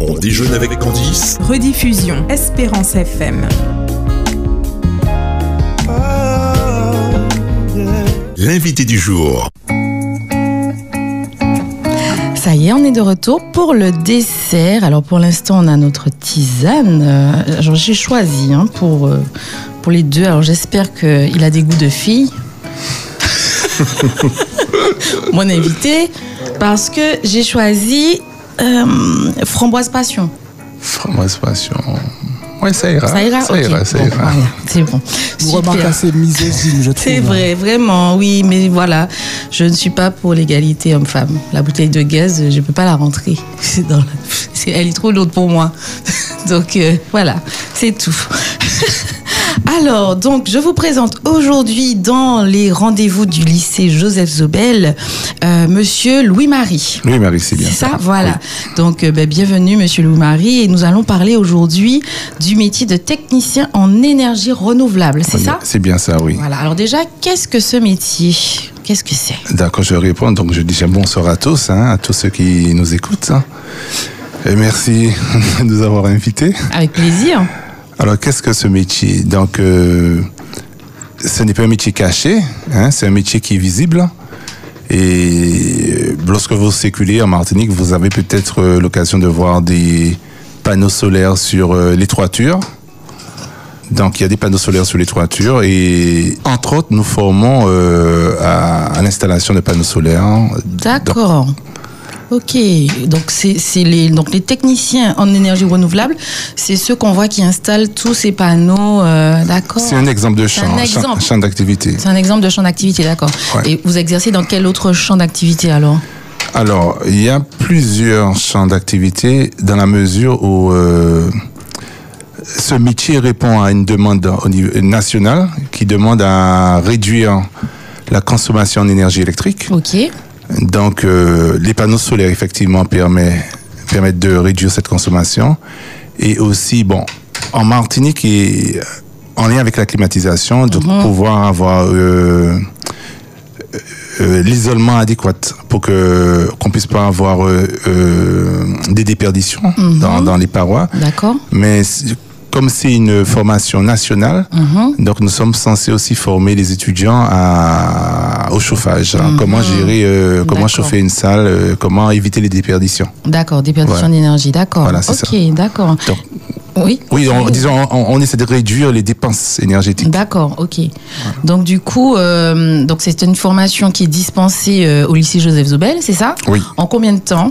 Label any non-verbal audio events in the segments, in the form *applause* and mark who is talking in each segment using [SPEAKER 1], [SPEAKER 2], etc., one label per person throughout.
[SPEAKER 1] On déjeune avec Candice.
[SPEAKER 2] Rediffusion Espérance FM.
[SPEAKER 1] L'invité du jour.
[SPEAKER 3] Ça y est, on est de retour pour le dessert. Alors pour l'instant, on a notre tisane. Euh, alors, j'ai choisi hein, pour, euh, pour les deux. Alors j'espère qu'il a des goûts de fille.
[SPEAKER 4] *laughs*
[SPEAKER 3] Mon invité, parce que j'ai choisi euh, framboise passion.
[SPEAKER 4] Framboise passion. Ouais, ça ira.
[SPEAKER 3] Ça ira,
[SPEAKER 4] Ah, ça
[SPEAKER 3] Ok.
[SPEAKER 4] ira, ça
[SPEAKER 3] Bon,
[SPEAKER 4] ira.
[SPEAKER 3] voilà, c'est bon.
[SPEAKER 5] Vous
[SPEAKER 3] Super.
[SPEAKER 5] remarquez assez misogyne, je trouve.
[SPEAKER 3] C'est vrai, vraiment, oui, mais voilà, je ne suis pas pour l'égalité homme-femme. La bouteille de gaz, je ne peux pas la rentrer. *laughs* C'est dans la- c'est- Elle est trop lourde pour moi. *laughs* Donc euh, voilà, c'est tout. *laughs* Alors, donc, je vous présente aujourd'hui dans les rendez-vous du lycée Joseph Zobel, euh, Monsieur Louis-Marie.
[SPEAKER 4] Oui, Marie, c'est bien.
[SPEAKER 3] C'est ça, voilà. Donc, euh, ben, bienvenue, Monsieur Louis-Marie, et nous allons parler aujourd'hui du métier de technicien en énergie renouvelable. C'est
[SPEAKER 4] Oui,
[SPEAKER 3] ça
[SPEAKER 4] C'est bien ça, oui.
[SPEAKER 3] voilà, alors déjà, qu'est-ce que ce métier Qu'est-ce que c'est
[SPEAKER 4] D'accord, je réponds. Donc, je dis déjà bonsoir à tous, hein, à tous ceux qui nous écoutent. hein. Et merci *laughs* de nous avoir invités.
[SPEAKER 3] Avec plaisir.
[SPEAKER 4] Alors, qu'est-ce que ce métier Donc, euh, ce n'est pas un métier caché, hein, c'est un métier qui est visible. Et euh, lorsque vous circulez en Martinique, vous avez peut-être euh, l'occasion de voir des panneaux solaires sur euh, les toitures. Donc, il y a des panneaux solaires sur les toitures et entre autres, nous formons euh, à, à l'installation de panneaux solaires.
[SPEAKER 3] D'accord. Ok, donc c'est c'est les donc les techniciens en énergie renouvelable, c'est ceux qu'on voit qui installent tous ces panneaux, euh, d'accord.
[SPEAKER 4] C'est un exemple de champ,
[SPEAKER 3] un
[SPEAKER 4] champ-
[SPEAKER 3] exemple.
[SPEAKER 4] champ d'activité.
[SPEAKER 3] C'est un exemple de champ d'activité, d'accord.
[SPEAKER 4] Ouais.
[SPEAKER 3] Et vous exercez dans quel autre champ d'activité alors
[SPEAKER 4] Alors, il y a plusieurs champs d'activité dans la mesure où euh, ce métier répond à une demande au niveau nationale qui demande à réduire la consommation d'énergie électrique.
[SPEAKER 3] Ok,
[SPEAKER 4] Donc, euh, les panneaux solaires, effectivement, permet- permettent de réduire cette consommation. Et aussi, bon, en Martinique, et en lien avec la climatisation, de pouvoir avoir euh, euh, l'isolement adéquat pour que qu'on puisse pas avoir euh, euh, des déperditions dans, dans les parois.
[SPEAKER 3] d'accord.
[SPEAKER 4] Mais c- comme c'est une formation nationale,
[SPEAKER 3] Mhm.
[SPEAKER 4] donc nous sommes censés aussi former les étudiants à, au chauffage. hein. Comment gérer, euh, comment
[SPEAKER 3] D'accord.
[SPEAKER 4] chauffer une salle, euh, comment éviter les déperditions.
[SPEAKER 3] D'accord, déperdition
[SPEAKER 4] Voilà.
[SPEAKER 3] d'énergie, d'accord.
[SPEAKER 4] Voilà, c'est
[SPEAKER 3] ok, d'accord.
[SPEAKER 4] Donc,
[SPEAKER 3] Oui.
[SPEAKER 4] oui, on, disons, on, on essaie de réduire les dépenses énergétiques.
[SPEAKER 3] D'accord, ok. Donc du coup, euh, donc c'est une formation qui est dispensée euh, au lycée Joseph Zobel, c'est ça
[SPEAKER 4] Oui.
[SPEAKER 3] En combien de temps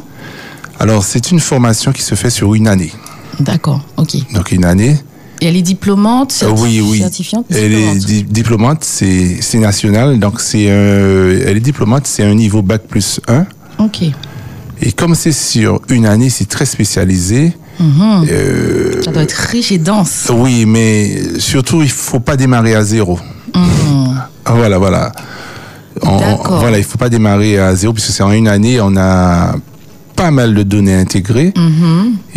[SPEAKER 4] Alors, c'est une formation qui se fait sur une année.
[SPEAKER 3] D'accord, ok. Et
[SPEAKER 4] Donc, une année.
[SPEAKER 3] elle est diplômante,
[SPEAKER 4] Euh,
[SPEAKER 3] certifi-
[SPEAKER 4] oui, oui.
[SPEAKER 3] certifiante,
[SPEAKER 4] Elle est
[SPEAKER 3] diplômante.
[SPEAKER 4] di- diplômante, c'est c'est national. Donc, c'est euh, elle est diplômante, c'est un niveau bac plus 1.
[SPEAKER 3] Ok,
[SPEAKER 4] Et comme c'est sur une année, c'est très spécialisé. euh,
[SPEAKER 3] mhm, ça doit être riche et dense.
[SPEAKER 4] oui, mais surtout, il faut pas démarrer à zéro. Ah, Voilà, voilà. On-
[SPEAKER 3] D'accord.
[SPEAKER 4] voilà, il faut pas démarrer à zéro puisque c'est en une année, on a pas mal de données intégrées.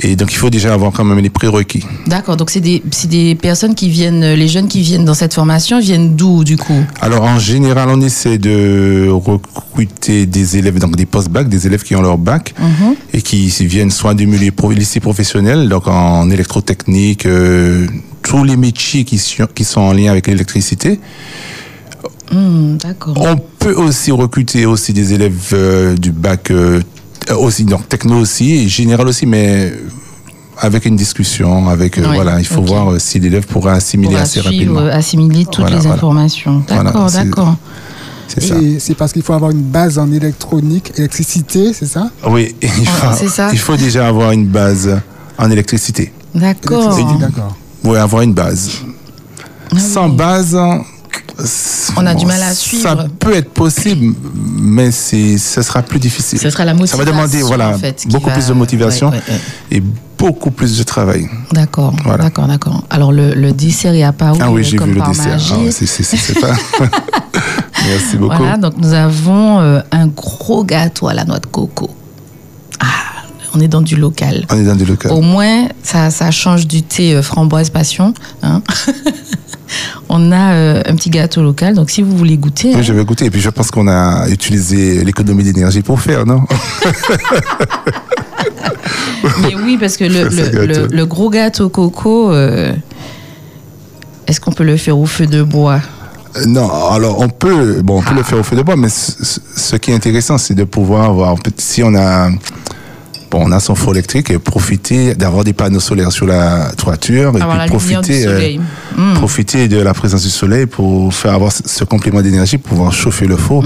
[SPEAKER 4] Et donc, il faut déjà avoir quand même les prérequis.
[SPEAKER 3] D'accord, donc c'est des, c'est des personnes qui viennent, euh, les jeunes qui viennent dans cette formation, viennent d'où du coup
[SPEAKER 4] Alors, en général, on essaie de recruter des élèves, donc des post-bac, des élèves qui ont leur bac et qui viennent soit du milieu pro- lycée professionnel, donc en électrotechnique, euh, tous les métiers qui, sur- qui sont en lien avec l'électricité.
[SPEAKER 3] Hmm, D'accord.
[SPEAKER 4] On peut aussi recruter aussi des élèves euh, du bac, euh, euh, aussi, donc techno aussi, et général aussi, mais avec une discussion, avec, euh,
[SPEAKER 3] Ouais,
[SPEAKER 4] voilà, il faut
[SPEAKER 3] ok.
[SPEAKER 4] voir euh, si l'élève pourra assimiler
[SPEAKER 3] Pour
[SPEAKER 4] assez
[SPEAKER 3] suivre,
[SPEAKER 4] rapidement.
[SPEAKER 3] euh, assimiler toutes
[SPEAKER 4] Voilà,
[SPEAKER 3] les
[SPEAKER 4] voilà.
[SPEAKER 3] informations.
[SPEAKER 4] Voilà,
[SPEAKER 3] D'accord,
[SPEAKER 4] c'est-
[SPEAKER 3] d'accord.
[SPEAKER 4] C'est ça.
[SPEAKER 5] Et c'est parce qu'il faut avoir une base en électronique, électricité, c'est ça
[SPEAKER 4] Oui, *laughs* il faut,
[SPEAKER 3] Ah, c'est ça.
[SPEAKER 4] il faut déjà avoir une base en électricité.
[SPEAKER 3] D'accord.
[SPEAKER 5] Électricité, D'accord.
[SPEAKER 4] Oui, avoir une base.
[SPEAKER 3] Ah
[SPEAKER 4] Sans base, c-
[SPEAKER 3] On a du mal à suivre.
[SPEAKER 4] Ça peut être possible, mais c'est, ce sera plus difficile.
[SPEAKER 3] Ce sera la motivation.
[SPEAKER 4] Ça va demander, voilà,
[SPEAKER 3] en fait, qui
[SPEAKER 4] beaucoup
[SPEAKER 3] va-
[SPEAKER 4] plus de motivation
[SPEAKER 3] Ouais, ouais, ouais.
[SPEAKER 4] et beaucoup plus de travail.
[SPEAKER 3] D'accord,
[SPEAKER 4] Voilà.
[SPEAKER 3] d'accord, d'accord. Alors le, le dessert est à Paris,
[SPEAKER 4] Ah oui,
[SPEAKER 3] euh,
[SPEAKER 4] j'ai
[SPEAKER 3] comme
[SPEAKER 4] vu le
[SPEAKER 3] par
[SPEAKER 4] dessert.
[SPEAKER 3] magie.
[SPEAKER 4] Ah ouais, c'est, c'est, c'est- c'est *laughs* pas. Merci beaucoup.
[SPEAKER 3] voilà, donc nous avons euh, un gros gâteau à la noix de coco. Ah, on est dans du local.
[SPEAKER 4] On est dans du local.
[SPEAKER 3] Au moins, ça, ça change du thé euh, framboise passion. hein. *laughs* on a euh, un petit gâteau local, donc si vous voulez goûter, hein,
[SPEAKER 4] Oui, je vais goûter. Et puis, je pense qu'on a utilisé l'économie d'énergie pour faire, non
[SPEAKER 3] Mais oui, parce que
[SPEAKER 4] *laughs*
[SPEAKER 3] le,
[SPEAKER 4] Ça, c'est
[SPEAKER 3] le- le-
[SPEAKER 4] gâteau.
[SPEAKER 3] le gros gâteau coco, euh, est-ce qu'on peut le faire au feu de bois
[SPEAKER 4] Euh, Non, alors on peut, bon, on peut le faire au feu de bois, mais ce, ce- ce qui est intéressant, c'est de pouvoir avoir, si on a, bon, on a son four électrique, et profiter d'avoir des panneaux solaires sur la toiture, et
[SPEAKER 3] Avoir
[SPEAKER 4] puis
[SPEAKER 3] la lumière du
[SPEAKER 4] profiter, euh,
[SPEAKER 3] soleil. Hmm, Mm.
[SPEAKER 4] profiter de la présence du soleil pour faire avoir ce- ce complément d'énergie, pouvoir chauffer le four,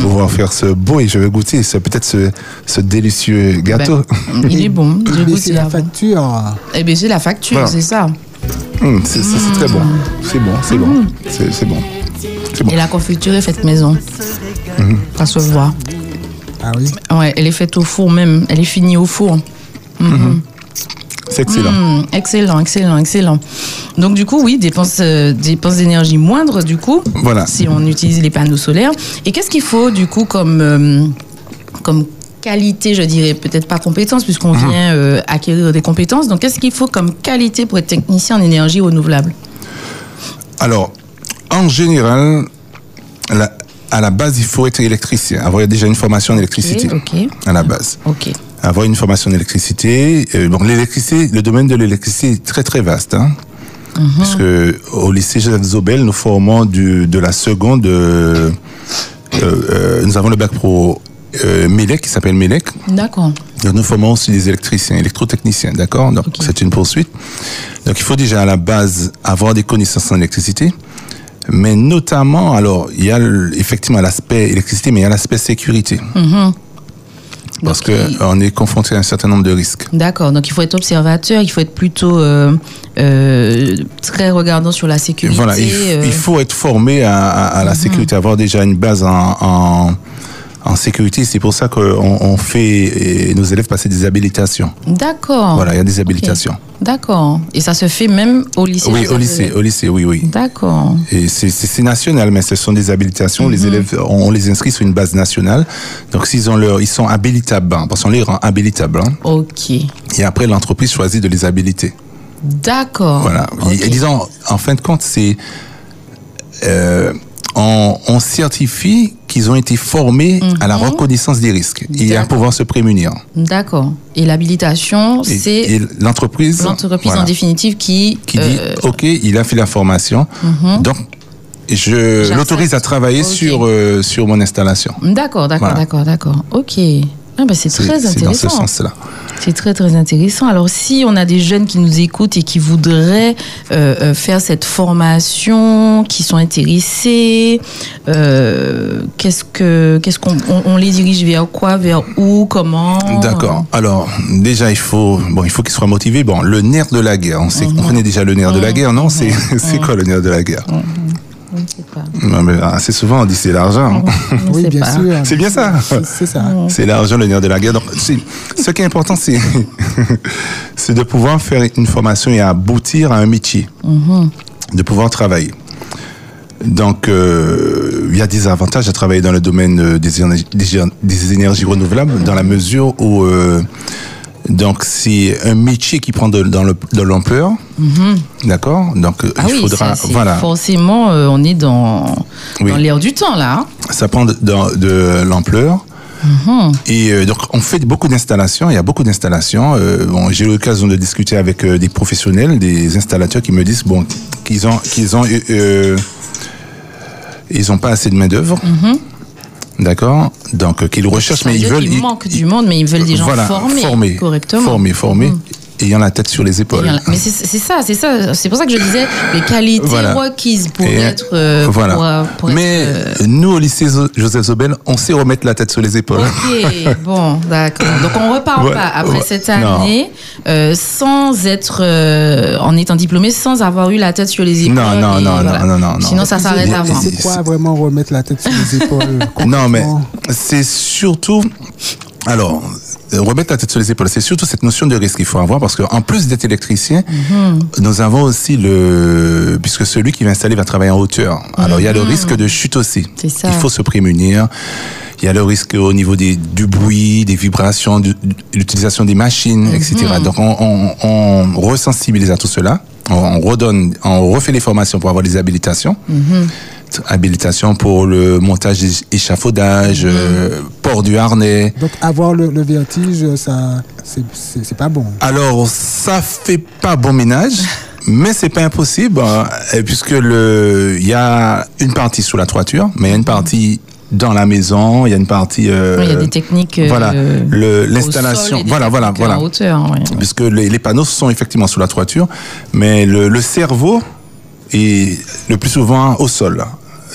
[SPEAKER 4] pouvoir faire ce beau, et je vais goûter, ce- peut-être ce, ce délicieux gâteau.
[SPEAKER 3] Il est bon. Je goûte,
[SPEAKER 5] Baisser
[SPEAKER 3] il est
[SPEAKER 5] la
[SPEAKER 3] bon.
[SPEAKER 5] facture. Ah
[SPEAKER 3] Eh bien, j'ai la facture,
[SPEAKER 4] Voilà.
[SPEAKER 3] c'est ça.
[SPEAKER 4] Hum, *laughs* c'est ça, c'est très bon. C'est bon, c'est bon. C'est c'est bon. C'est bon.
[SPEAKER 3] Et la confiture est faite maison.
[SPEAKER 4] Mhm.
[SPEAKER 3] Ça se voit.
[SPEAKER 5] Ah oui.
[SPEAKER 3] Ouais, elle est faite au four même. Elle est finie au four.
[SPEAKER 4] C'est excellent.
[SPEAKER 3] Hmm, excellent, excellent, excellent. Donc du coup, oui, dépense, euh, dépense d'énergie moindre du coup.
[SPEAKER 4] Voilà.
[SPEAKER 3] Si on utilise les panneaux solaires. Et qu'est-ce qu'il faut du coup comme euh, comme qualité, je dirais peut-être pas compétence puisqu'on
[SPEAKER 4] Mhm.
[SPEAKER 3] vient euh, acquérir des compétences. Donc qu'est-ce qu'il faut comme qualité pour être technicien en énergie renouvelable
[SPEAKER 4] Alors, en général, la- à la base, il faut être électricien, avoir déjà une formation en électricité.
[SPEAKER 3] Ok, ok.
[SPEAKER 4] À la base.
[SPEAKER 3] Ok.
[SPEAKER 4] Avoir une formation en électricité. Euh, bon, l'électricité, le domaine de l'électricité est très, très vaste. Hein? Puisque au lycée Joseph Zobel, nous formons du, de la seconde. euh, euh, euh, nous avons le bac pro euh, MELEC, qui s'appelle MELEC.
[SPEAKER 3] D'accord.
[SPEAKER 4] Donc, nous formons aussi des électriciens, électrotechniciens, d'accord Donc, c'est une poursuite. Donc, il faut déjà à la base avoir des connaissances en électricité. Mais notamment, alors, il y a le- effectivement l'aspect électricité, mais il y a l'aspect sécurité. Parce
[SPEAKER 3] Mhm. Donc, il-
[SPEAKER 4] que on est confronté à un certain nombre de risques.
[SPEAKER 3] D'accord, donc il faut être observateur, il faut être plutôt euh, euh, très regardant sur la sécurité.
[SPEAKER 4] Voilà, il, f-
[SPEAKER 3] euh, Mhm.
[SPEAKER 4] il faut être formé à, à- à la sécurité, avoir déjà une base en, en, en sécurité. C'est pour ça qu'on on fait eh, nos élèves passer des habilitations.
[SPEAKER 3] D'accord.
[SPEAKER 4] Voilà, il y a des
[SPEAKER 3] Ah. Ok.
[SPEAKER 4] habilitations.
[SPEAKER 3] D'accord. Et ça se fait même au lycée
[SPEAKER 4] Oui,
[SPEAKER 3] ça
[SPEAKER 4] au
[SPEAKER 3] se-
[SPEAKER 4] lycée, au lycée, oui, oui.
[SPEAKER 3] D'accord.
[SPEAKER 4] Et c'est- C'est c'est national, mais ce sont des habilitations.
[SPEAKER 3] Mhm.
[SPEAKER 4] Les élèves, on, on les inscrit sur une base nationale. Donc, s'ils ont leur, ils sont habilitables, hein, parce qu'on les rend habilitables. hein.
[SPEAKER 3] Ok.
[SPEAKER 4] Et après, l'entreprise choisit de les habiliter.
[SPEAKER 3] D'accord.
[SPEAKER 4] Voilà.
[SPEAKER 3] Ok.
[SPEAKER 4] Et, et disons, en fin de compte, c'est euh, on, on certifie qu'ils ont été formés à la reconnaissance des risques et à
[SPEAKER 3] Mhm. D'accord.
[SPEAKER 4] pouvoir se prémunir.
[SPEAKER 3] D'accord. Et l'habilitation,
[SPEAKER 4] Et,
[SPEAKER 3] c'est
[SPEAKER 4] et l'entreprise,
[SPEAKER 3] l'entreprise
[SPEAKER 4] voilà,
[SPEAKER 3] en définitive qui.
[SPEAKER 4] qui dit
[SPEAKER 3] euh, Mhm.
[SPEAKER 4] OK, il a fait la formation, donc je
[SPEAKER 3] J'accepte.
[SPEAKER 4] l'autorise à travailler
[SPEAKER 3] Ok.
[SPEAKER 4] sur euh, sur mon installation.
[SPEAKER 3] D'accord, d'accord,
[SPEAKER 4] Voilà.
[SPEAKER 3] d'accord, d'accord. Ok. Ah ben, c'est
[SPEAKER 4] C'est-
[SPEAKER 3] très
[SPEAKER 4] C'est dans ce
[SPEAKER 3] intéressant.
[SPEAKER 4] sens-là.
[SPEAKER 3] C'est très très intéressant. Alors si on a des jeunes qui nous écoutent et qui voudraient euh, euh, faire cette formation, qui sont intéressés, euh, qu'est-ce que qu'est-ce qu'on on, on les dirige vers quoi, vers où, comment euh,
[SPEAKER 4] D'accord. Alors, déjà, il faut, bon, il faut qu'ils soient motivés. Bon, le nerf de la guerre, on, sait,
[SPEAKER 3] Oh
[SPEAKER 4] on connaît déjà le nerf de la guerre, non C'est *laughs* c'est quoi le nerf de la guerre
[SPEAKER 3] Je ne sais pas.
[SPEAKER 4] Non, mais assez souvent, on dit c'est l'argent. hein.
[SPEAKER 3] Je ne
[SPEAKER 5] Oui,
[SPEAKER 3] sais
[SPEAKER 5] bien
[SPEAKER 3] pas.
[SPEAKER 5] sûr.
[SPEAKER 4] C'est bien ça.
[SPEAKER 5] C'est- C'est ça.
[SPEAKER 3] Mm.
[SPEAKER 4] C'est l'argent, le nerf de la guerre. Donc, c'est- ce qui est important, c'est *laughs* c'est de pouvoir faire une formation et aboutir à un métier,
[SPEAKER 3] Mm-hmm.
[SPEAKER 4] de pouvoir travailler. Donc, euh, il y a des avantages à travailler dans le domaine euh, des, énergies- des éner- des énergies renouvelables, dans la mesure où euh, donc c'est un métier qui prend de, dans le- de l'ampleur, d'accord. Donc, euh,
[SPEAKER 3] Mm-hmm. Ah
[SPEAKER 4] il
[SPEAKER 3] oui,
[SPEAKER 4] faudra,
[SPEAKER 3] c'est- c'est
[SPEAKER 4] voilà,
[SPEAKER 3] forcément, euh, on est dans,
[SPEAKER 4] Oui.
[SPEAKER 3] dans l'air du temps là. hein.
[SPEAKER 4] ça prend de, de- de l'ampleur. Et euh, donc, on fait beaucoup d'installations. Il y a beaucoup d'installations. Euh, bon, j'ai eu l'occasion de discuter avec euh, des professionnels, des installateurs qui me disent bon, qu'ils ont, qu'ils ont, eu, euh, ils ont pas assez de main d'œuvre. D'accord. Donc, euh, qu'ils recherchent,
[SPEAKER 3] Ça veut
[SPEAKER 4] mais ils
[SPEAKER 3] dire Mhm.
[SPEAKER 4] veulent.
[SPEAKER 3] qu'il
[SPEAKER 4] ils- euh,
[SPEAKER 3] manque du monde, mais ils veulent des gens
[SPEAKER 4] voilà,
[SPEAKER 3] formés, correctement. Mm. Mhm.
[SPEAKER 4] formés, formés, et ayant la tête sur les épaules.
[SPEAKER 3] Bien là. Mais c'est c'est ça, c'est ça. C'est pour ça que je disais les qualités
[SPEAKER 4] Voilà.
[SPEAKER 3] requises pour
[SPEAKER 4] Et,
[SPEAKER 3] être. euh,
[SPEAKER 4] voilà.
[SPEAKER 3] pour, euh, pour être,
[SPEAKER 4] mais
[SPEAKER 3] euh,
[SPEAKER 4] nous, au lycée Zo- Joseph Zobel, on sait remettre la tête sur les épaules.
[SPEAKER 3] Ok, bon, d'accord. Donc on repart
[SPEAKER 4] Ouais,
[SPEAKER 3] pas après
[SPEAKER 4] ouais,
[SPEAKER 3] cette
[SPEAKER 4] non.
[SPEAKER 3] année euh, sans être, euh, en étant diplômé, sans avoir eu la tête sur les épaules.
[SPEAKER 4] Non, non,
[SPEAKER 3] et
[SPEAKER 4] non,
[SPEAKER 3] voilà.
[SPEAKER 4] non, non, non, non.
[SPEAKER 3] Sinon ça s'arrête
[SPEAKER 4] Et-
[SPEAKER 5] Et
[SPEAKER 3] avant.
[SPEAKER 4] et-
[SPEAKER 5] C'est quoi vraiment remettre la tête sur
[SPEAKER 4] *laughs*
[SPEAKER 5] les épaules
[SPEAKER 4] Non, mais
[SPEAKER 5] concrètement
[SPEAKER 4] c'est surtout. Alors, euh, remettre la tête sur les épaules, c'est surtout cette notion de risque qu'il faut avoir parce qu'en plus d'être électricien,
[SPEAKER 3] Mhm.
[SPEAKER 4] nous avons aussi le. Puisque celui qui va installer va travailler en hauteur. Alors, il y a le risque de chute aussi.
[SPEAKER 3] Ah. C'est ça.
[SPEAKER 4] Il faut se prémunir. Il y a le risque au niveau des, du bruit, des
[SPEAKER 3] Mhm.
[SPEAKER 4] vibrations, du- de l'utilisation des machines, etc. Donc, on, on, on resensibilise à tout cela. on, on redonne, on refait les formations pour avoir des habilitations.
[SPEAKER 3] Mhm.
[SPEAKER 4] Habilitation pour le montage des échafaudages,
[SPEAKER 3] Mhm.
[SPEAKER 4] euh, port du harnais.
[SPEAKER 5] Donc avoir le, le vertige, ça, c'est- c'est c'est pas bon.
[SPEAKER 4] Alors, ça fait pas bon ménage,
[SPEAKER 3] *laughs*
[SPEAKER 4] mais c'est pas impossible, hein, et puisque le, il y a une partie sous la toiture, mais il y a une partie dans la maison, il y a une partie. euh,
[SPEAKER 3] Oui, Il y a des techniques. euh,
[SPEAKER 4] Voilà,
[SPEAKER 3] euh,
[SPEAKER 4] le-
[SPEAKER 3] au
[SPEAKER 4] l'installation.
[SPEAKER 3] sol et des
[SPEAKER 4] Voilà, voilà,
[SPEAKER 3] techniques
[SPEAKER 4] voilà.
[SPEAKER 3] En hauteur, ouais.
[SPEAKER 4] Puisque les, les panneaux sont effectivement sous la toiture, mais le, le cerveau est le plus souvent au sol.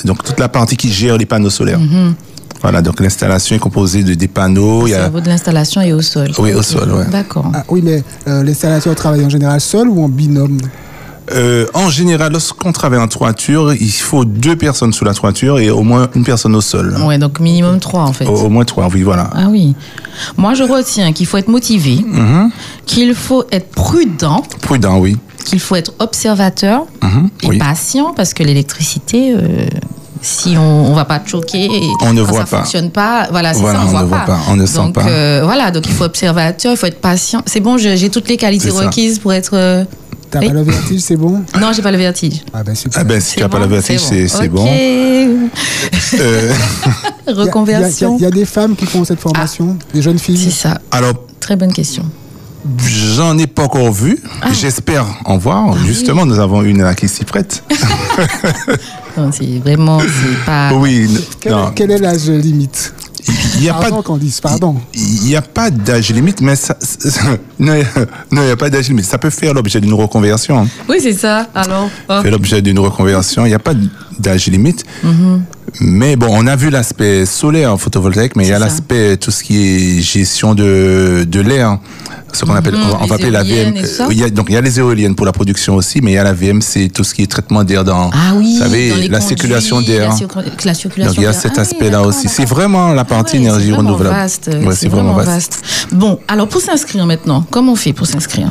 [SPEAKER 4] Donc toute la partie qui gère les panneaux solaires.
[SPEAKER 3] Mm-hmm.
[SPEAKER 4] Voilà, donc l'installation est composée de des panneaux. il y
[SPEAKER 3] Le
[SPEAKER 4] a-
[SPEAKER 3] cerveau de l'installation est au sol.
[SPEAKER 4] euh, Oui, au
[SPEAKER 3] Ok.
[SPEAKER 4] sol, ouais.
[SPEAKER 3] D'accord.
[SPEAKER 5] Ah, oui, mais euh, l'installation travaille en général seul ou en binôme
[SPEAKER 4] Euh, en général, lorsqu'on travaille en toiture, il faut deux personnes sous la toiture et au moins une personne au sol.
[SPEAKER 3] Ouais, donc minimum trois en fait.
[SPEAKER 4] Au, au moins trois, oui, voilà.
[SPEAKER 3] Ah oui. Moi, je retiens qu'il faut être motivé,
[SPEAKER 4] Mhm.
[SPEAKER 3] qu'il faut être prudent,
[SPEAKER 4] Prudent, oui.
[SPEAKER 3] qu'il faut être observateur
[SPEAKER 4] Mhm,
[SPEAKER 3] et
[SPEAKER 4] oui.
[SPEAKER 3] patient parce que l'électricité, euh, si on ne va pas te choquer, et
[SPEAKER 4] On ne
[SPEAKER 3] quand
[SPEAKER 4] voit
[SPEAKER 3] ça
[SPEAKER 4] pas.
[SPEAKER 3] fonctionne pas, voilà, c'est
[SPEAKER 4] Voilà,
[SPEAKER 3] ça, on,
[SPEAKER 4] on
[SPEAKER 3] voit
[SPEAKER 4] ne voit
[SPEAKER 3] pas.
[SPEAKER 4] pas, on ne sent
[SPEAKER 3] donc,
[SPEAKER 4] pas.
[SPEAKER 3] euh, voilà, donc il faut observateur, il faut être patient. C'est bon, je- j'ai toutes les qualités
[SPEAKER 4] C'est ça.
[SPEAKER 3] requises pour être. euh,
[SPEAKER 5] T'as
[SPEAKER 3] Oui.
[SPEAKER 5] pas le vertige, c'est bon
[SPEAKER 3] Non, j'ai pas le vertige.
[SPEAKER 5] Ah ben super.
[SPEAKER 4] Ah ben, si tu n'as pas
[SPEAKER 3] bon,
[SPEAKER 4] la vertige, c'est c'est bon.
[SPEAKER 3] Ok.
[SPEAKER 4] Euh,
[SPEAKER 5] Il y
[SPEAKER 3] *laughs*
[SPEAKER 5] a-
[SPEAKER 3] Reconversion.
[SPEAKER 5] Il y a- il y, a des femmes qui font cette formation,
[SPEAKER 3] Ah.
[SPEAKER 5] des jeunes
[SPEAKER 3] C'est
[SPEAKER 5] filles.
[SPEAKER 3] ça.
[SPEAKER 4] alors,
[SPEAKER 3] Très bonne question.
[SPEAKER 4] j'en ai pas encore vu. J'espère en voir. Justement, nous avons une là qui s'y prête.
[SPEAKER 3] Non, C'est vraiment, c'est pas.
[SPEAKER 4] Oui, n-
[SPEAKER 5] Quel,
[SPEAKER 4] non,
[SPEAKER 5] quel est l'âge limite
[SPEAKER 4] il n'y a pas.
[SPEAKER 5] Pardon, Candice, pardon.
[SPEAKER 4] Il n'y a pas d'âge limite, mais ça, *laughs* non, il n'y a pas d'âge limite. Ça peut faire l'objet d'une reconversion.
[SPEAKER 3] Oui, c'est ça. Alors, oh.
[SPEAKER 4] fait l'objet d'une reconversion. Il n'y a pas d'âge limite.
[SPEAKER 3] Mm-hmm.
[SPEAKER 4] Mais bon, on a vu l'aspect solaire photovoltaïque, mais il y a
[SPEAKER 3] C'est ça.
[SPEAKER 4] l'aspect, tout ce qui est gestion de, de l'air. hein. Ce qu'on appelle, on va-
[SPEAKER 3] Mm-hmm.
[SPEAKER 4] on
[SPEAKER 3] les
[SPEAKER 4] va appeler la
[SPEAKER 3] éoliennes
[SPEAKER 4] VM.
[SPEAKER 3] et tout ça.
[SPEAKER 4] euh, il y a- donc il y a les éoliennes pour la production aussi, mais il y a la VMC, tout ce qui est traitement d'air dans,
[SPEAKER 3] ah oui.
[SPEAKER 4] vous savez,
[SPEAKER 3] dans les
[SPEAKER 4] la
[SPEAKER 3] conduits,
[SPEAKER 4] circulation
[SPEAKER 3] La,
[SPEAKER 4] d'air. hein.
[SPEAKER 3] circu- la circulation
[SPEAKER 4] Donc il y a
[SPEAKER 3] d'air.
[SPEAKER 4] cet
[SPEAKER 3] Ah oui,
[SPEAKER 4] aspect-là
[SPEAKER 3] d'accord,
[SPEAKER 4] aussi. C'est
[SPEAKER 3] d'accord.
[SPEAKER 4] vraiment la partie
[SPEAKER 3] Ah ouais,
[SPEAKER 4] énergie
[SPEAKER 3] c'est vraiment
[SPEAKER 4] renouvelable.
[SPEAKER 3] vaste,
[SPEAKER 4] Ouais,
[SPEAKER 3] c'est vraiment vaste. Bon, alors pour s'inscrire maintenant, comment on fait pour s'inscrire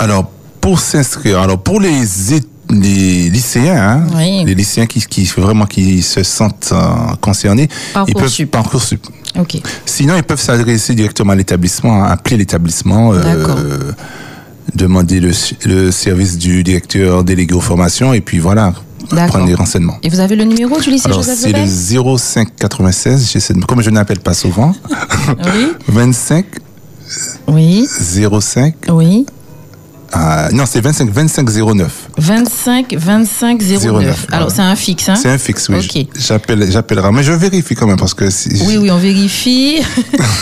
[SPEAKER 4] Alors, pour s'inscrire, alors pour les, é- les lycéens, hein,
[SPEAKER 3] Oui.
[SPEAKER 4] les lycéens qui, qui vraiment qui se sentent euh, concernés, ils peuvent
[SPEAKER 3] Parcoursup.
[SPEAKER 4] parcoursup.
[SPEAKER 3] Ok.
[SPEAKER 4] Sinon, ils peuvent s'adresser directement à l'établissement, hein, appeler l'établissement, euh,
[SPEAKER 3] D'accord.
[SPEAKER 4] demander le, le service du directeur délégué aux formations et puis voilà,
[SPEAKER 3] D'accord.
[SPEAKER 4] prendre des renseignements.
[SPEAKER 3] Et vous avez le numéro du lycée
[SPEAKER 4] Alors,
[SPEAKER 3] Joseph
[SPEAKER 4] c'est le
[SPEAKER 3] Lebel
[SPEAKER 4] 0596, j'essaie de- comme je n'appelle
[SPEAKER 3] *laughs*
[SPEAKER 4] pas souvent,
[SPEAKER 3] Oui.
[SPEAKER 4] 25
[SPEAKER 3] Oui.
[SPEAKER 4] 05,
[SPEAKER 3] Oui.
[SPEAKER 4] euh, non, c'est 25 25 09.
[SPEAKER 3] 25 25 09.
[SPEAKER 4] 09,
[SPEAKER 3] Alors
[SPEAKER 4] voilà.
[SPEAKER 3] c'est un fixe, hein
[SPEAKER 4] C'est un fixe, oui.
[SPEAKER 3] Ok.
[SPEAKER 4] J'appelle, j'appellerai. Mais je vérifie quand même parce que si.
[SPEAKER 3] Oui, oui, on
[SPEAKER 4] *laughs*
[SPEAKER 3] vérifie.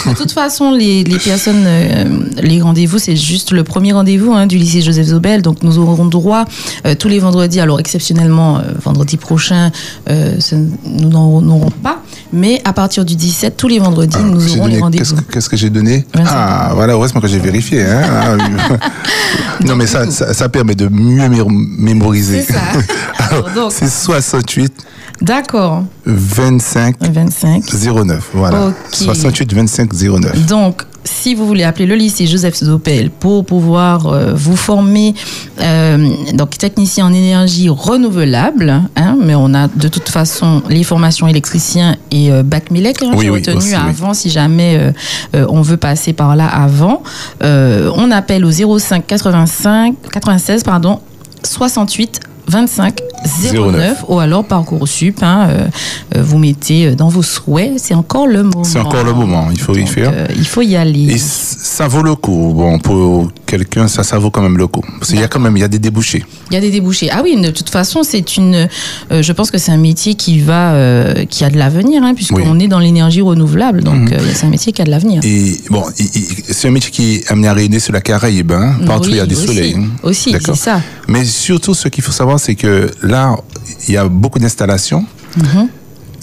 [SPEAKER 3] de toute façon, les, les personnes, euh, les rendez-vous, c'est juste le premier rendez-vous hein, du lycée Joseph Zobel. Donc, nous aurons droit euh, tous les vendredis. Alors, exceptionnellement, euh, vendredi prochain, euh, ce- nous n'en aurons pas. Mais à partir du 17, tous les vendredis,
[SPEAKER 4] Ah,
[SPEAKER 3] nous
[SPEAKER 4] j'ai
[SPEAKER 3] aurons
[SPEAKER 4] donné-
[SPEAKER 3] les
[SPEAKER 4] qu'est-ce,
[SPEAKER 3] rendez-vous.
[SPEAKER 4] que, qu'est-ce que j'ai donné
[SPEAKER 3] Vingt-cinq.
[SPEAKER 4] Ah, voilà, heureusement que j'ai vérifié.
[SPEAKER 3] *laughs*
[SPEAKER 4] hein. Ah, oui. non, mais ça, ça, ça permet de mieux mé- mémoriser.
[SPEAKER 3] C'est
[SPEAKER 4] *laughs*
[SPEAKER 3] ça. Alors, donc,
[SPEAKER 4] C'est 68
[SPEAKER 3] D'accord.
[SPEAKER 4] 25
[SPEAKER 3] 25.
[SPEAKER 4] 09. Voilà.
[SPEAKER 3] Ok.
[SPEAKER 4] 68 25 09.
[SPEAKER 3] Donc, si vous voulez appeler le lycée Joseph Zopel pour pouvoir euh, vous former, euh, donc technicien en énergie renouvelable, hein, mais on a de toute façon les formations électricien et euh, bac Milec, hein,
[SPEAKER 4] Oui,
[SPEAKER 3] j'ai
[SPEAKER 4] oui,
[SPEAKER 3] retenu
[SPEAKER 4] aussi, oui.
[SPEAKER 3] avant, si jamais euh, euh, on veut passer par là avant. Euh, on appelle au 05 85 96 pardon 68 25 09,
[SPEAKER 4] 09.
[SPEAKER 3] ou alors Parcoursup, hein, euh, euh, vous mettez euh, dans vos souhaits, c'est encore le moment.
[SPEAKER 4] C'est encore le moment, il faut y
[SPEAKER 3] Donc,
[SPEAKER 4] faire.
[SPEAKER 3] euh, il faut y aller.
[SPEAKER 4] Et c- ça vaut le coup. Bon, pour quelqu'un, ça, ça vaut quand même le coup. Parce qu'il y a quand même, il y a des débouchés.
[SPEAKER 3] Il y a des débouchés. Ah oui, de toute façon, c'est une. euh, je pense que c'est un métier qui va, euh, qui a de l'avenir, hein, puisqu'on est dans l'énergie renouvelable.
[SPEAKER 4] Mhm.
[SPEAKER 3] Donc, euh, c'est un métier qui a de l'avenir.
[SPEAKER 4] Et bon, il- il- c'est un métier qui est amené à rayonner sur la Caraïbe. hein. Partout, il y a
[SPEAKER 3] Oui,
[SPEAKER 4] du
[SPEAKER 3] aussi,
[SPEAKER 4] soleil. hein.
[SPEAKER 3] Aussi, c'est
[SPEAKER 4] D'accord.
[SPEAKER 3] ça.
[SPEAKER 4] Mais surtout, ce qu'il faut savoir, c'est que là, il y a beaucoup d'installations.
[SPEAKER 3] Mhm.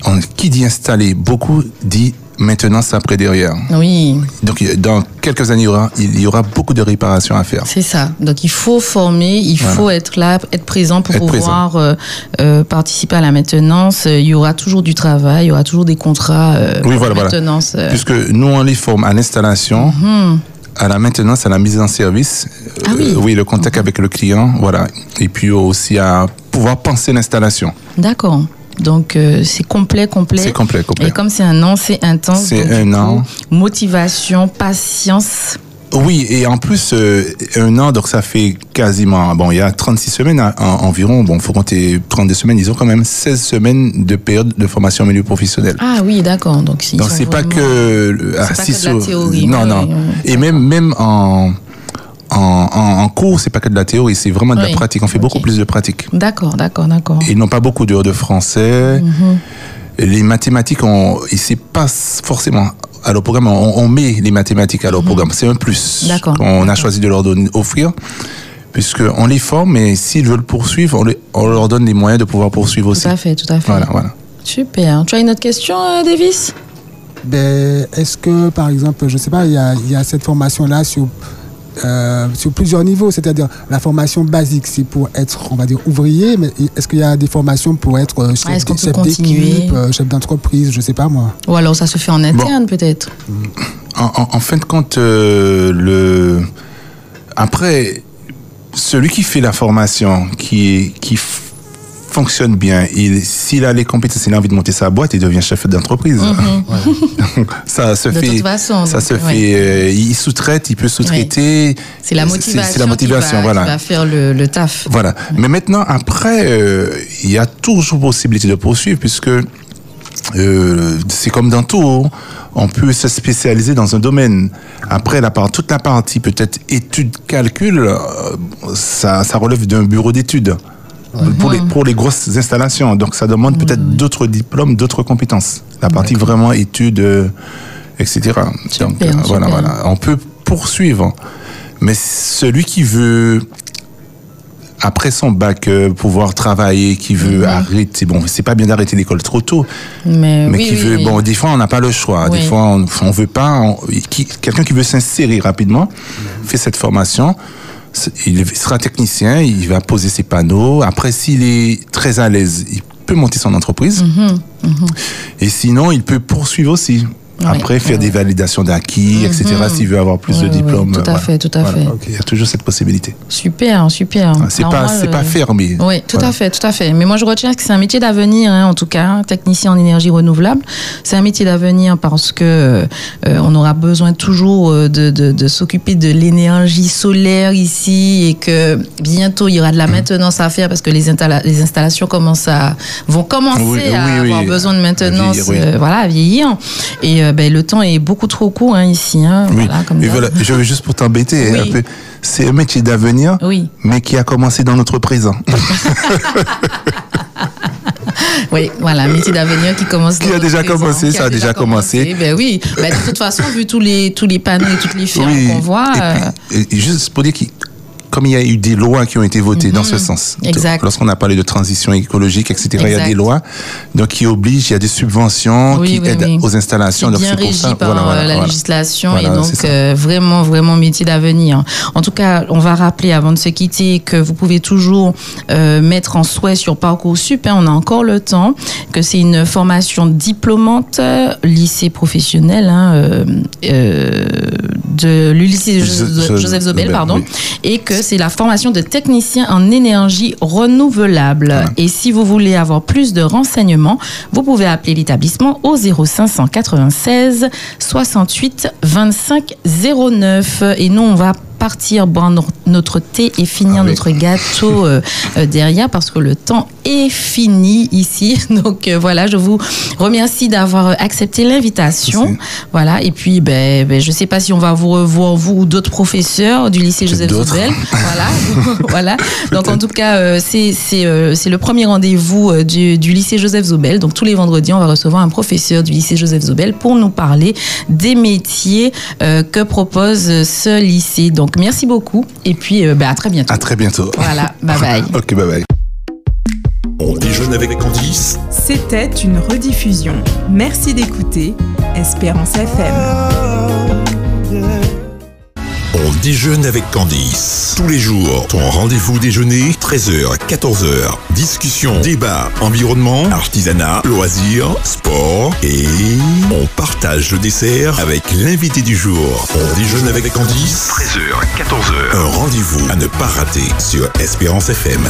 [SPEAKER 4] On- Qui dit installer beaucoup dit maintenance après derrière.
[SPEAKER 3] Oui,
[SPEAKER 4] Donc, il y a- dans quelques années, il y aura, il y aura beaucoup de réparations à faire.
[SPEAKER 3] c'est ça. Donc, il faut former, il faut être là, être présent pour
[SPEAKER 4] Être
[SPEAKER 3] pouvoir euh, euh, participer à la maintenance. Euh, Il y aura toujours du travail, il y aura toujours des contrats euh, pour
[SPEAKER 4] Oui, voilà,
[SPEAKER 3] la
[SPEAKER 4] voilà.
[SPEAKER 3] maintenance. euh.
[SPEAKER 4] Puisque nous, on les forme à l'installation, à la maintenance, à la mise en service.
[SPEAKER 3] Mhm.
[SPEAKER 4] euh,
[SPEAKER 3] Ah oui.
[SPEAKER 4] le contact avec le client, voilà. Et puis aussi à pouvoir penser l'installation.
[SPEAKER 3] D'accord. Donc, euh, c'est complet, complet.
[SPEAKER 4] C'est complet, complet.
[SPEAKER 3] Et comme c'est un an, c'est intense.
[SPEAKER 4] C'est
[SPEAKER 3] donc, du
[SPEAKER 4] un
[SPEAKER 3] coup,
[SPEAKER 4] an.
[SPEAKER 3] Motivation, patience.
[SPEAKER 4] Oui, et en plus, euh, un an, donc ça fait quasiment, bon, il y a 36 semaines hein, en- environ, bon, faut compter 32 semaines, ils ont quand même 16 semaines de période de formation au milieu professionnel.
[SPEAKER 3] Ah oui, d'accord. Donc, ils
[SPEAKER 4] Donc
[SPEAKER 3] sont
[SPEAKER 4] c'est pas
[SPEAKER 3] vraiment-
[SPEAKER 4] que
[SPEAKER 3] pas
[SPEAKER 4] assis
[SPEAKER 3] que de la
[SPEAKER 4] sur-
[SPEAKER 3] théorie,
[SPEAKER 4] Non,
[SPEAKER 3] oui,
[SPEAKER 4] non.
[SPEAKER 3] oui, oui.
[SPEAKER 4] Et même même en en, en, en cours, c'est pas que de la théorie, c'est vraiment de
[SPEAKER 3] Oui,
[SPEAKER 4] la pratique. On fait
[SPEAKER 3] ok.
[SPEAKER 4] beaucoup plus de pratique.
[SPEAKER 3] D'accord, d'accord, d'accord.
[SPEAKER 4] Ils n'ont pas beaucoup d'heures de français.
[SPEAKER 3] Mhm.
[SPEAKER 4] Les mathématiques, on, et c'est pas forcément à leur programme. On, on met les mathématiques à leur programme. C'est un plus.
[SPEAKER 3] Mhm. D'accord.
[SPEAKER 4] On a choisi de leur donner, offrir, puisqu'on les forme, et s'ils veulent poursuivre, on, les- on leur donne les moyens de pouvoir poursuivre aussi.
[SPEAKER 3] Tout à fait, tout à fait.
[SPEAKER 4] Voilà, voilà.
[SPEAKER 3] Super. Tu as une autre question, euh, Davis
[SPEAKER 5] Ben, Est-ce que, par exemple, je ne sais pas, il y a, il y a cette formation-là sur, euh, sur plusieurs niveaux, c'est-à-dire la formation basique, c'est pour être, on va dire, ouvrier, mais est-ce qu'il y a des formations pour être euh,
[SPEAKER 3] Ah,
[SPEAKER 5] chef,
[SPEAKER 3] est-ce qu'on
[SPEAKER 5] d-
[SPEAKER 3] peut
[SPEAKER 5] chef d'équipe,
[SPEAKER 3] continuer
[SPEAKER 5] euh, chef d'entreprise, je ne sais pas moi
[SPEAKER 3] Ou alors ça se fait en interne, peut-être
[SPEAKER 4] En, en- en fin de compte, euh, le... après, celui qui fait la formation, qui, qui f- fonctionne bien, il- s'il a les compétences, il a envie de monter sa boîte, il devient chef d'entreprise. *laughs* ça se
[SPEAKER 3] Mhm. De
[SPEAKER 4] fait.
[SPEAKER 3] toute façon,
[SPEAKER 4] ça
[SPEAKER 3] donc,
[SPEAKER 4] se
[SPEAKER 3] ouais.
[SPEAKER 4] fait. euh, il sous-traite, il peut sous-traiter.
[SPEAKER 3] C'est la motivation.
[SPEAKER 4] C'est la motivation,
[SPEAKER 3] qui va,
[SPEAKER 4] voilà.
[SPEAKER 3] qui va faire le, le taf.
[SPEAKER 4] Voilà. Mais maintenant, après, euh, il y a toujours possibilité de poursuivre puisque euh, c'est comme dans tout. hein. On peut se spécialiser dans un domaine. Après, la part, toute la partie peut-être études, calcul, euh, ça, ça relève d'un bureau d'études. Pour les, pour les grosses installations. Donc, ça demande peut-être d'autres diplômes, d'autres compétences. La partie vraiment études, euh, etc. Donc, euh,
[SPEAKER 3] Super,
[SPEAKER 4] voilà,
[SPEAKER 3] super.
[SPEAKER 4] voilà. On peut poursuivre. Mais celui qui veut après son bac euh, pouvoir travailler, qui veut arrêter. Bon, c'est pas bien d'arrêter l'école trop tôt,
[SPEAKER 3] Mais, Mm-hmm.
[SPEAKER 4] mais
[SPEAKER 3] Euh, oui,
[SPEAKER 4] qui
[SPEAKER 3] oui,
[SPEAKER 4] veut.
[SPEAKER 3] oui. Mhm.
[SPEAKER 4] Bon, des fois on n'a pas le choix.
[SPEAKER 3] Oui.
[SPEAKER 4] Des fois on, on veut pas. on- qui- Quelqu'un qui veut s'insérer rapidement fait cette formation. c'est- Il sera technicien, il va poser ses panneaux. Après, s'il est très à l'aise, il peut monter son entreprise. Et sinon, il peut poursuivre aussi.
[SPEAKER 3] Ouais,
[SPEAKER 4] Après, faire des validations d'acquis,
[SPEAKER 3] Mhm.
[SPEAKER 4] etc. S'il veut avoir plus
[SPEAKER 3] Ouais,
[SPEAKER 4] de
[SPEAKER 3] ouais, ouais,
[SPEAKER 4] diplômes.
[SPEAKER 3] tout à
[SPEAKER 4] voilà.
[SPEAKER 3] fait, tout à
[SPEAKER 4] Voilà.
[SPEAKER 3] fait.
[SPEAKER 4] Ok, Il y a toujours cette possibilité.
[SPEAKER 3] Super, super.
[SPEAKER 4] C'est
[SPEAKER 3] Alors
[SPEAKER 4] pas,
[SPEAKER 3] moi,
[SPEAKER 4] c'est
[SPEAKER 3] euh,
[SPEAKER 4] pas fermé.
[SPEAKER 3] Oui, tout
[SPEAKER 4] Voilà.
[SPEAKER 3] à fait, tout à fait. Mais moi, je retiens que c'est un métier d'avenir, hein, en tout cas, hein, technicien en énergie renouvelable. C'est un métier d'avenir parce que euh, on aura besoin toujours euh, de, de, de s'occuper de l'énergie solaire ici et que bientôt il y aura
[SPEAKER 4] Mmh.
[SPEAKER 3] de la maintenance à faire parce que les, installa- les installations commencent à vont commencer
[SPEAKER 4] Oui,
[SPEAKER 3] à
[SPEAKER 4] oui, oui,
[SPEAKER 3] avoir besoin de
[SPEAKER 4] à
[SPEAKER 3] maintenance,
[SPEAKER 4] vieillir, oui.
[SPEAKER 3] euh, voilà, à vieillir. Et euh, ben, le temps est beaucoup trop court hein, ici. Hein,
[SPEAKER 4] Oui.
[SPEAKER 3] voilà, comme
[SPEAKER 4] et
[SPEAKER 3] d'hab.
[SPEAKER 4] voilà, je veux juste pour t'embêter
[SPEAKER 3] Oui.
[SPEAKER 4] un peu. C'est un métier d'avenir,
[SPEAKER 3] Oui.
[SPEAKER 4] mais qui a commencé dans notre présent.
[SPEAKER 3] Oui, voilà, métier d'avenir qui commence.
[SPEAKER 4] Qui a
[SPEAKER 3] dans
[SPEAKER 4] déjà
[SPEAKER 3] notre
[SPEAKER 4] commencé,
[SPEAKER 3] présent, qui
[SPEAKER 4] ça a déjà commencé.
[SPEAKER 3] Ben oui, Ben, de toute façon, vu tous les, tous les panneaux et toutes les firmes
[SPEAKER 4] Oui.
[SPEAKER 3] qu'on voit.
[SPEAKER 4] Et
[SPEAKER 3] euh,
[SPEAKER 4] puis, et- et juste pour dire que comme il y a eu des lois qui ont été votées dans ce sens.
[SPEAKER 3] Mhm. Exact.
[SPEAKER 4] Lorsqu'on a parlé de transition écologique, etc., il y a
[SPEAKER 3] Exact.
[SPEAKER 4] des lois donc qui obligent, il y a des subventions
[SPEAKER 3] Oui,
[SPEAKER 4] qui
[SPEAKER 3] oui,
[SPEAKER 4] aident
[SPEAKER 3] oui.
[SPEAKER 4] aux installations.
[SPEAKER 3] C'est
[SPEAKER 4] donc
[SPEAKER 3] bien
[SPEAKER 4] c'est pour
[SPEAKER 3] régi
[SPEAKER 4] ça.
[SPEAKER 3] par
[SPEAKER 4] voilà,
[SPEAKER 3] euh,
[SPEAKER 4] voilà,
[SPEAKER 3] la
[SPEAKER 4] voilà.
[SPEAKER 3] législation
[SPEAKER 4] Voilà,
[SPEAKER 3] et
[SPEAKER 4] c'est
[SPEAKER 3] donc
[SPEAKER 4] ça.
[SPEAKER 3] euh, vraiment vraiment métier d'avenir. En tout cas, on va rappeler avant de se quitter que vous pouvez toujours euh, mettre en souhait sur parcoursup, hein, on a encore le temps, que c'est une formation diplômante euh, lycée professionnel hein, euh, euh, de le lycée de
[SPEAKER 4] Jo-
[SPEAKER 3] Joseph,
[SPEAKER 4] Jo-
[SPEAKER 3] Joseph Zobel
[SPEAKER 4] Zobel,
[SPEAKER 3] pardon
[SPEAKER 4] oui.
[SPEAKER 3] et que c'est la formation de technicien en énergie renouvelable.
[SPEAKER 4] Ah.
[SPEAKER 3] Et si vous voulez avoir plus de renseignements, vous pouvez appeler l'établissement au 0596 68 25 09. Et nous, on va partir boire no- notre thé et finir
[SPEAKER 4] Ah oui.
[SPEAKER 3] notre gâteau euh, euh, derrière parce que le temps est fini ici. *laughs* Donc euh, voilà, je vous remercie d'avoir euh, accepté l'invitation.
[SPEAKER 4] Merci.
[SPEAKER 3] Voilà, et puis ben, ben, je sais pas si on va vous revoir, vous ou d'autres professeurs du lycée Joseph
[SPEAKER 4] D'autres.
[SPEAKER 3] Zobel. Voilà, *laughs* voilà. Donc en tout cas, euh, c'est c'est, euh, c'est le premier rendez-vous euh, du, du lycée Joseph Zobel. Donc tous les vendredis, on va recevoir un professeur du lycée Joseph Zobel pour nous parler des métiers euh, que propose euh, ce lycée. Donc merci beaucoup et puis euh, ben, à très bientôt.
[SPEAKER 4] À très bientôt.
[SPEAKER 3] Voilà, bye bye.
[SPEAKER 4] ok, bye bye.
[SPEAKER 1] On déjeune avec Candice
[SPEAKER 2] C'était une rediffusion. Merci d'écouter Espérance FM.
[SPEAKER 1] On déjeune avec Candice. Tous les jours, ton rendez-vous déjeuner, 13h, 14h. Discussion, débat, environnement, artisanat, loisirs, sport et on partage le dessert avec l'invité du jour. On déjeune avec Candice, 13h, 14h. Un rendez-vous à ne pas rater sur Espérance FM.